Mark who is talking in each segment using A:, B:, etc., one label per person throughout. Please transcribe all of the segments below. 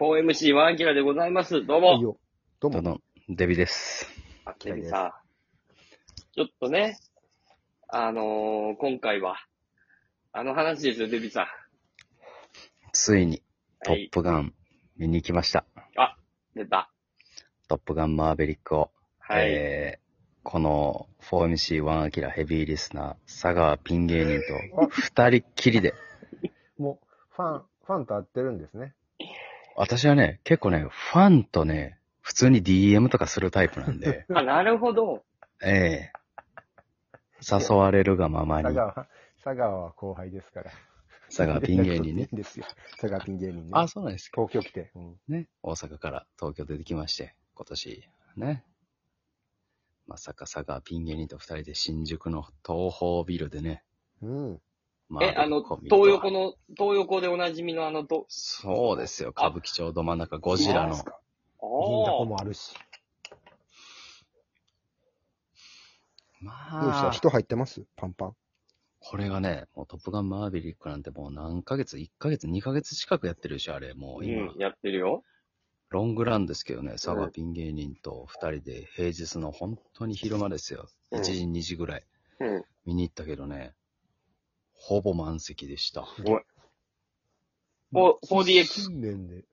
A: 4MC ワンキラでございます。どう
B: いい
A: も。
B: よ。どう
C: どう
B: も。
C: も、デビです。
A: あ、ケビさん。ちょっとね、あのー今回は、あの話ですよ、デビさん。
C: ついに、ト
A: はい
C: ッ、プガン、見に行きました。
A: 出た。
C: トップガンマーベリックを。
A: はい。
C: えー、この 4MC1 アキラヘビーリスナー、佐川ピン芸人と、二人っきりで。
B: もう、ファン、ファンと会ってるんですね。
C: 私はね、結構ね、ファンとね、普通に DM とかするタイプなんで、
A: あ、なるほど。
C: ええ誘われるがまま
B: 佐
C: に、
B: 川は、佐川は後輩ですから。
C: 佐川ピン芸人ね。。
B: ですよ。 佐川ピン芸人ね。
C: あ、そうなんですか。
B: 東京来て。うん。
C: ね、大阪から東京出てきまして、今年、ね。まさか佐川ピン芸人と二人で新宿の東宝ビルでね、
B: うん。
C: ま
A: え、あの、東横。の、東横でおなじみのあのと、
C: そうですよ、歌舞伎町ど真ん中、ゴジラ
B: そうで
C: の
B: す。か銀だこ
A: あ
B: もあるし。どうし
C: ま
B: た
C: あ、
B: 人入ってますパンパン。
C: これがね、もうトップガンマーヴェリックなんてもう何ヶ月、1ヶ月、2ヶ月近くやってるでしょ、あれ、も
A: あ、
C: う今。
A: うん、やってるよ。
C: ロングランですけどね、佐川ピン芸人と二人で平日の本当に昼間ですよ。
A: うん
C: 1時、2時ぐらい。
A: うん。
C: 見に行ったけどね、ほぼ満席でした。
A: お 4DX
B: 近年で。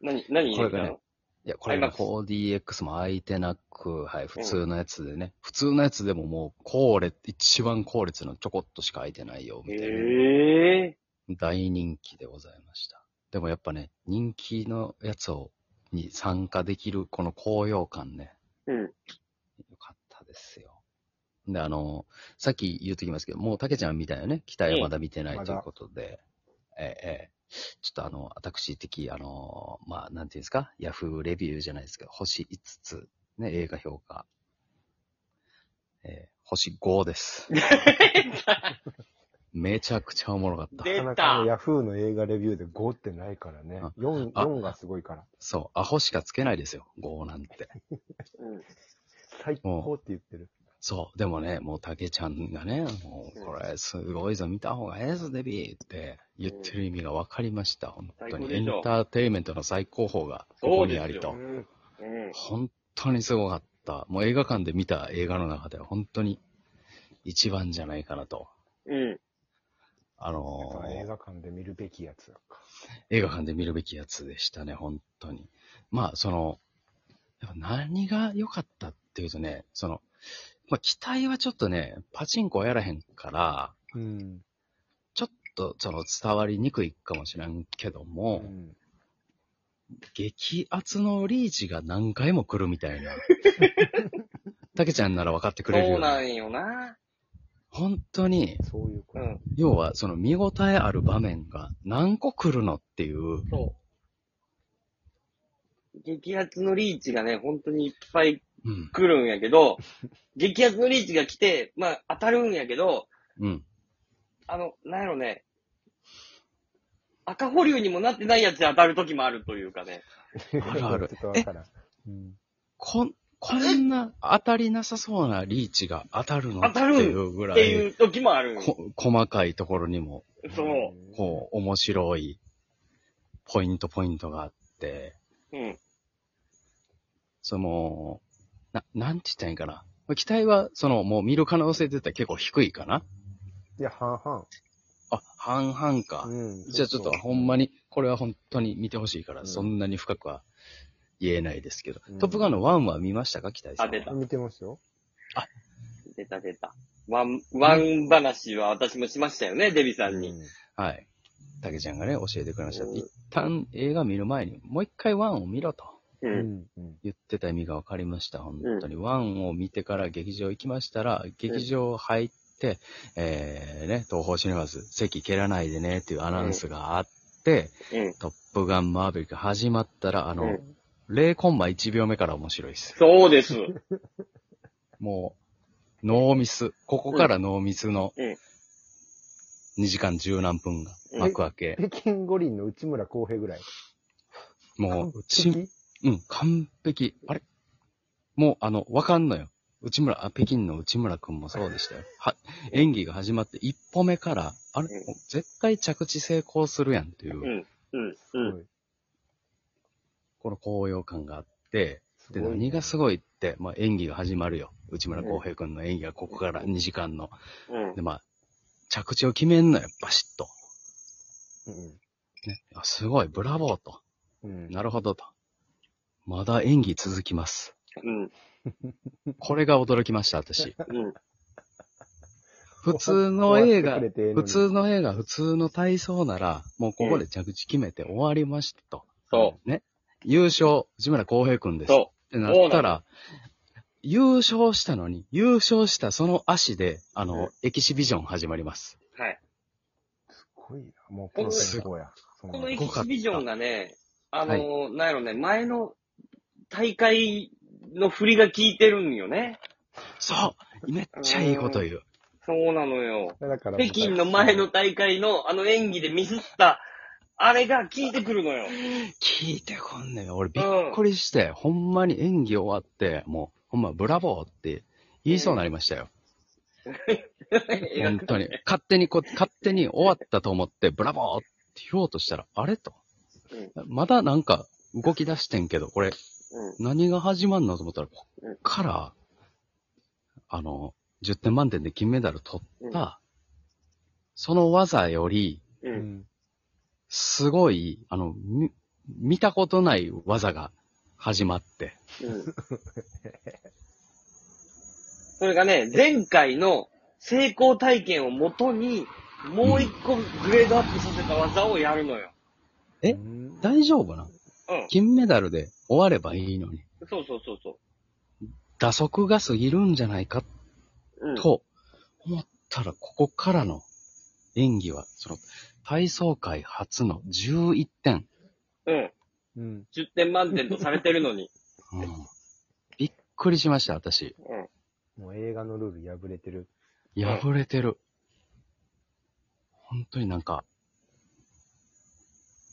A: 何、何
C: これがね
A: 入れた
C: いや、これが
A: IMAX
C: 4DX も空いてなく、はい、普通のやつでね。普通のやつでももう、後列、一番後列のちょこっとしか空いてないよ、
A: の
C: みたいな。
A: へえ
C: 大人気でございました。でもやっぱね、人気のやつを、に参加できる、この高揚感ね。
A: うん。
C: よかったですよ。で、あの、さっき言うときますけど、もうたけちゃん見たよね。北
A: ええ
C: へまだ見てな
B: まだ
C: いということで。ええ、ええ。ちょっとあの、私的、あの、まあ、なんていうんですか、ヤフーレビューじゃないですけど、星5つ、ね、映画評価。ええ、星5です。 めちゃくちゃおもろかった。
A: 出た
B: なかなかヤフーの映画レビューで5ってないからね
C: あ。
B: 4、
C: あ
B: 4がすごいから。
C: そう、アホしかつけないですよ、5なんて。
A: うん。
B: 最高って言ってる。
C: そう、でもね、もうたけちゃんがね、もう、これすごいぞ、見た方がええぞ、デビーって言ってる意味が分かりました、本当
A: 最高
C: に。
A: で
C: エン
A: しょ
C: ターテインメントの最高峰が、こ
A: そ
C: こ
A: うです
C: に
A: よ
C: ありと。
A: うん。
C: 本当にすごかった。もう映画館で見た映画の中では、本当に一番じゃないかなと。
A: うん。
C: あ
B: やっ
C: の
B: ぱ
C: ー
B: 映画館で見るべきやつだか。
C: 映画館で見るべきやつでしたね、本当に。まあ、その、やっぱ何が良かったっていうとね、その、まあ、期待はちょっとね、パチンコはやらへんから、
B: うん。
C: ちょっとその伝わりにくいかもしれんけど
B: う
C: も、
B: ん。
C: 激圧のリーチが何回も来るみた いな。たけちゃんなら分かってくれる
A: そ
C: よ
A: う
C: う
A: な
C: な。
A: んよな。
C: 本当に、
B: そういうこ
A: う
B: と。
A: ん。
C: 要はその見応えある場面が何個来るのっていう、
A: そう。激圧のリーチがね、本当にいっぱい
C: うん、
A: 来るんやけど、 激圧のリーチが来て、まあ当たるんやけど、
C: うん。
A: あの、なんやろね、赤保留にもなってないやつで当たる時もあるというかね。
C: あるある
B: ちょっとわからん。うん。
C: こん、こんな当たりなさそうなリーチが当たるの
A: 当たる
C: っていうぐ
A: っ
C: ら
A: て
C: い、
A: いう時もあるんよ。
C: こ細かいところにも、
A: そ
C: こう、面白い、ポイントポイントがあって、
A: う。うん。
C: その、な、なんて言ったらいいんかな。期待は、その、もう見る可能性って言ったら結構低いかな。
B: いや、半々。
C: あ、半々か。
B: うん
C: じゃあちょっと、ほんま
B: に。
C: に、これは本当に見てほしいから、
B: うん
C: そんなに深くは言えないですけど。
B: うん
C: トップガンの1は見ましたか期待さんは。
A: あ出た
B: 見てますよ。
A: 出た出た。ワン、ワン話は私もしましたよね、デビさんに。
C: はい。たけちゃんがね、教えてくれました。
A: うん
C: 一旦映画見る前に、もう一回1を見ろと
A: う。
B: うんん。うん。
C: 言ってた意味が分かりました。本当に。1を見てから劇場行きましたら、劇場入って、えーね、東宝シネマズ、席蹴らないでねっていうアナウンスがあって、
A: うん。
C: トップガンマーヴェリック始まったら、あの、
A: うん
C: 0コンマ1秒目から面白いです。
A: そうです。
C: もう、ノーミス。ここからノーミスの
A: うん
C: 2時間十何分が
A: うん
C: 幕開け。
B: 北京五輪の内村航平ぐらい。
C: もう、うち、
B: 次
C: うん、完璧。あれもう、あの、わかんのよ。内村、あ、北京の内村くんもそうでしたよ。は、演技が始まって一歩目から、あれ
A: うん
C: もう絶対着地成功するやんっていうう、
A: ん。うん、うん。
B: はい
C: この高揚感があって、
B: す
C: で、
B: ごいね
C: 何がすごいって、まあ、演技が始まるよ。内村航平君の演技がここから2時間の。
A: うん
C: で、。まあ、着地を決めんのよ、バシッと。
B: うん
C: ね、あすごい、ブラボーと。
B: うん。
C: なるほどと。まだ演技続きます。
A: うん、
C: これが驚きました、私。
A: うん、
C: 普通の映画、普
B: 普
C: 通の映画、普通の体操なら、もうここで着地決めて終わりましたと。
A: そ
C: ね。優勝、内村航平君で
A: う、
C: す。っ
A: そ
C: てなったら、優勝したのに、優勝したその足で、あの、
A: うん
C: エキシビジョン始まります。
A: う。はい。
B: すごいな。もうプロ最高や。そんな
A: この
B: の
A: エ
C: 息
A: キシビジョンがね、あの
C: は
A: なんやろね、前の大会の振りが効いてるんよね。
C: そうめっちゃいいこと言う。
A: そうなのよ。
B: だから、
A: 北京の前の。大会のあの演技でミスった、あれが効いてくるのよ。
C: 聞いてこんねん。俺びっくりして、ほんまに演技終わって、もう、ほんまブラボーって言いそうになりましたよ。本当に。勝手にこ、勝手に終わったと思って、ブラボーって言おうとしたら、あれと。まだなんか動き出してんけど、これ
A: うん
C: 何が始まんのと思ったら、こ
A: うん
C: っから、あの、10点満点で金メダル取った、その技より、
A: う。
B: うん ん。
C: すごい、あの、み見たことない技が始まって、
A: うん。それがね、前回の成功体験をもとに、もう一個グレードアップさせた技をやるのよ。
C: え
B: うん
C: 大丈夫な
A: うん。
C: 金メダルで終わればいいのに、
A: そうそうそうそ
C: 打足が過ぎるんじゃないか
A: う。うん。
C: と思ったら、ここからの演技は、その、体操界初の11点。
A: うん。
B: うん。
A: 10点満点とされてるのに。
C: うんびっくりしました、私。
A: うん。
B: もう映画のルール破れてる。
C: 破れてる。本当になんか、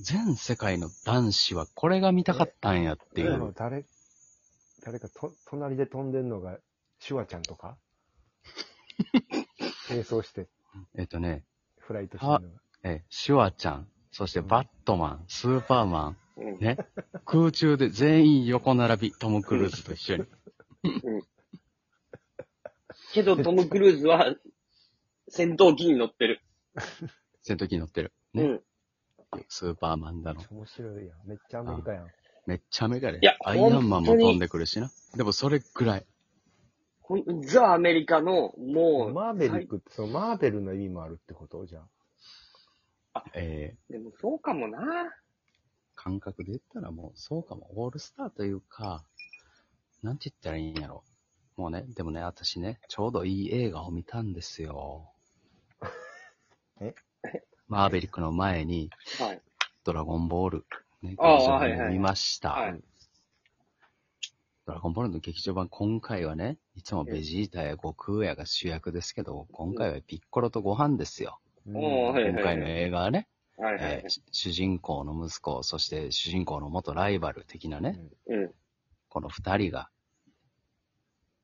C: 全世界の男子はこれが見たかったんやってい
B: でも
C: う。
B: 誰、誰かと、隣で飛んでんのが、シュワちゃんと か並走して、
C: えっとね、
B: フライトしてるのが。
C: え、シュワちゃん、そしてバットマン、スーパーマン、
A: うん。
C: ね、空中で全員横並び、トム・クルーズと一緒に。
A: けど、トム・クルーズは、戦闘機に乗ってる。
C: 戦闘機に乗ってる。
A: う
C: ね、
A: ん。
C: スーパーマンだの。
B: 面白いやん。めっちゃアメリカやん。
C: めっちゃメガネ
A: いや。
C: アイアンマン
A: 本
C: も
A: 当に
C: 飛んでくるしな。でもそれくらい。
A: ほんザ・アメリカの、もう、
B: マーベリックって、そのマーベルの意味もあるってことじゃあ。
C: えー、
A: でもそうかもな。
C: 感覚で言ったらもう、そうかも、オールスターというか、なんて言ったらいいんやろ。もうね、でもね、私ね、ちょうどいい映画を見たんですよ。
B: え
C: マーベリックの前に、
A: はい。
C: ドラゴンボール、ね、
A: ああ
C: 劇場
A: はいはい
C: 版を見ました、
A: はい。
C: ドラゴンボールの劇場版、今回はね、いつもベジータや悟空やが主役ですけど、今回はピッコロとご飯ですよ。
B: う
A: おーはい
C: 今回の映画はね、
A: はいは
C: え
A: い
C: ー。し主人公の息子、そして主人公の元ライバル的なね、
A: うん。
C: この二人が、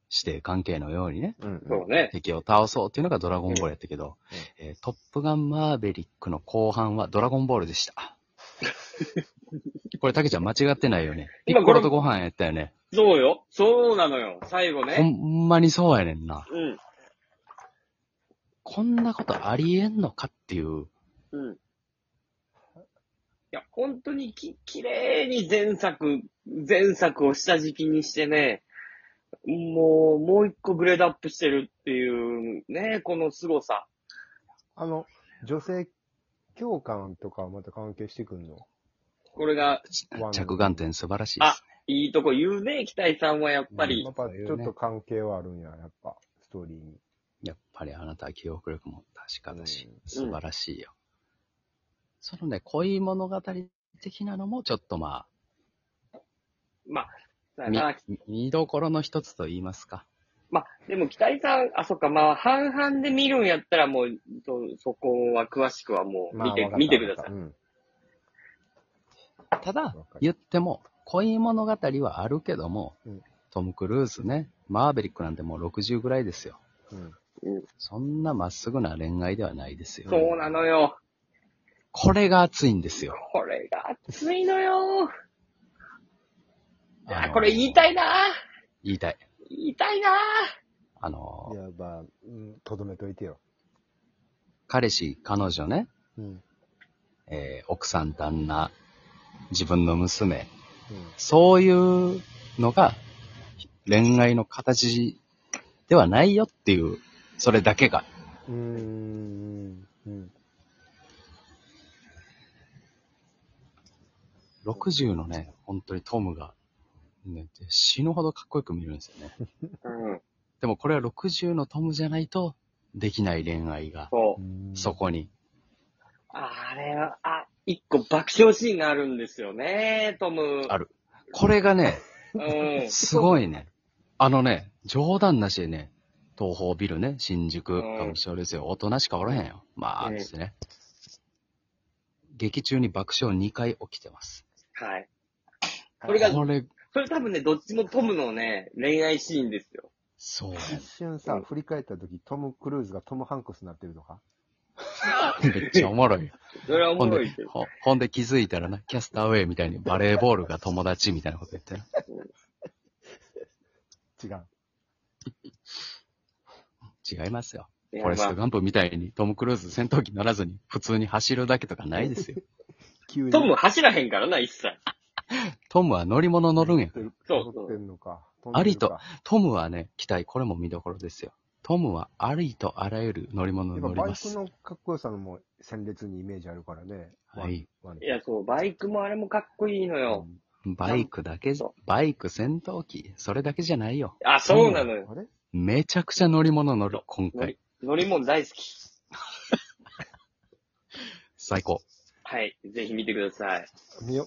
C: 師弟関係のようにね、
B: うん。うん。
A: そうね。
C: 敵を倒そうっていうのがドラゴンボールやったけど、えートップガンマーベリックの後半はドラゴンボールでした。 これ、たけちゃん間違ってないよね。ピ
A: 今
C: ッコロとご飯やったよね。
A: そうよ。そうなのよ。最後
C: ほ
A: ね。
C: んまにそうやねんな。
A: うん。
C: こんなことありえんのかっていう。
A: うん。いや、本当にき、綺麗に前作、前作を下敷きにしてね、もう、もう一個グレードアップしてるっていう、ね、この凄さ。
B: あの、女性教官とかはまた関係してくんの
A: これが、
B: ワン
C: 着眼点素晴らしいです
A: いいとこ言うね、期待さんはやっぱり。
B: やっぱちょっと関係はあるんや、やっぱ、ストーリーに。
C: やっぱりあなたは記憶力も確かだし
B: うん、
C: 素晴らしいよ。そのね、恋物語的なのもちょっとまあ、
A: まあ、だ
C: み
A: な、
C: 見どころの一つと言いますか。
A: まあ、でも北井さん、あ、そっか、まあ、半々で見るんやったら、もう、そそこは詳しくはもう、見て、
B: わかった
A: 見てください。
B: うん。
C: ただ
B: わか、る
C: 言っても、恋物語はあるけども、
B: うん
C: トム・クルーズね、マーベリックなんてもう60ぐらいですよ。
B: うん。
C: そんなまっすぐな恋愛ではないですよ。
A: そうなのよ。
C: これが熱いんですよ。
A: これが熱いのよー。いや
C: あ
A: ー、
C: の
A: これ言いたいなー。
C: 言いたい。
A: 言いたいなー。
C: あの
B: い、や、まあ、うんとどめといてよ。
C: 彼氏、彼女ね、
B: うん。うん。
C: えー奥さん、旦那、自分の娘、そういうのが恋愛の形ではないよっていう、それだけが。
B: うーん。うん。
C: 60のね、本当にトムが、ね、死ぬほどかっこよく見えるんですよね。
A: うん、
C: でもこれは60のトムじゃないとできない恋愛が、
A: そうう。
B: ん
C: そ。こに。
A: あれは、あ、一個爆笑シーンがあるんですよね、トム。
C: あるこれがね、
A: うん。
C: すごいね。あのね、冗談なしでね、東宝ビルね、新宿、
A: うん
C: 歌舞伎町ですよ。大人しかおらへんよ。まあ、
A: うん
C: ですね。劇中に爆笑2回起きてます。
A: はい。
B: はい
A: これが
C: これ、
A: それ多分ね、どっちもトムのね、恋愛シーンですよ。
C: そう。
B: 一瞬さ、振り返った時、トム・クルーズがトム・ハンクスになってるとか
C: めっちゃおもろいよ。
A: それはおも
C: ほん
A: ろ
C: で
A: いけ、ど。
C: ほほんで気づいたらな、キャスターウェイみたいにバレーボールが友達みたいなこと言ってる。
B: 違う。
C: 違いますよ。
A: いや
C: フォレス
A: ま
C: トガンプみたいにトム・クルーズ戦闘機ならずに普通に走るだけとかないですよ。
B: 急
A: あ
B: に。
A: トム走らへんからな、一切。
C: トムは乗り物乗るんやから。
A: そう
B: 撮ってんのか。
C: ありと
B: 飛んでるか。
C: トムはね、期待、これも見どころですよ。トムはありとあらゆる乗り物
B: や
C: に
B: っぱ
C: 乗り
B: バイ
C: ま
B: ク
C: す。
B: のかっこよさのも鮮烈にイメージあるからね。
C: はい。
B: ワン。
A: いや、そう、バイクもあれもかっこいいのよ。
C: バイクだけじ
A: そ、
C: バイク戦闘機、それだけじゃないよ。
A: あ、そうなのよ。
B: あれ
C: めちゃくちゃ乗り物乗る、今
A: 乗
C: 回
A: り。、乗り物大好き。
C: 最高。
A: はい。ぜひ見てください。
B: 見よ。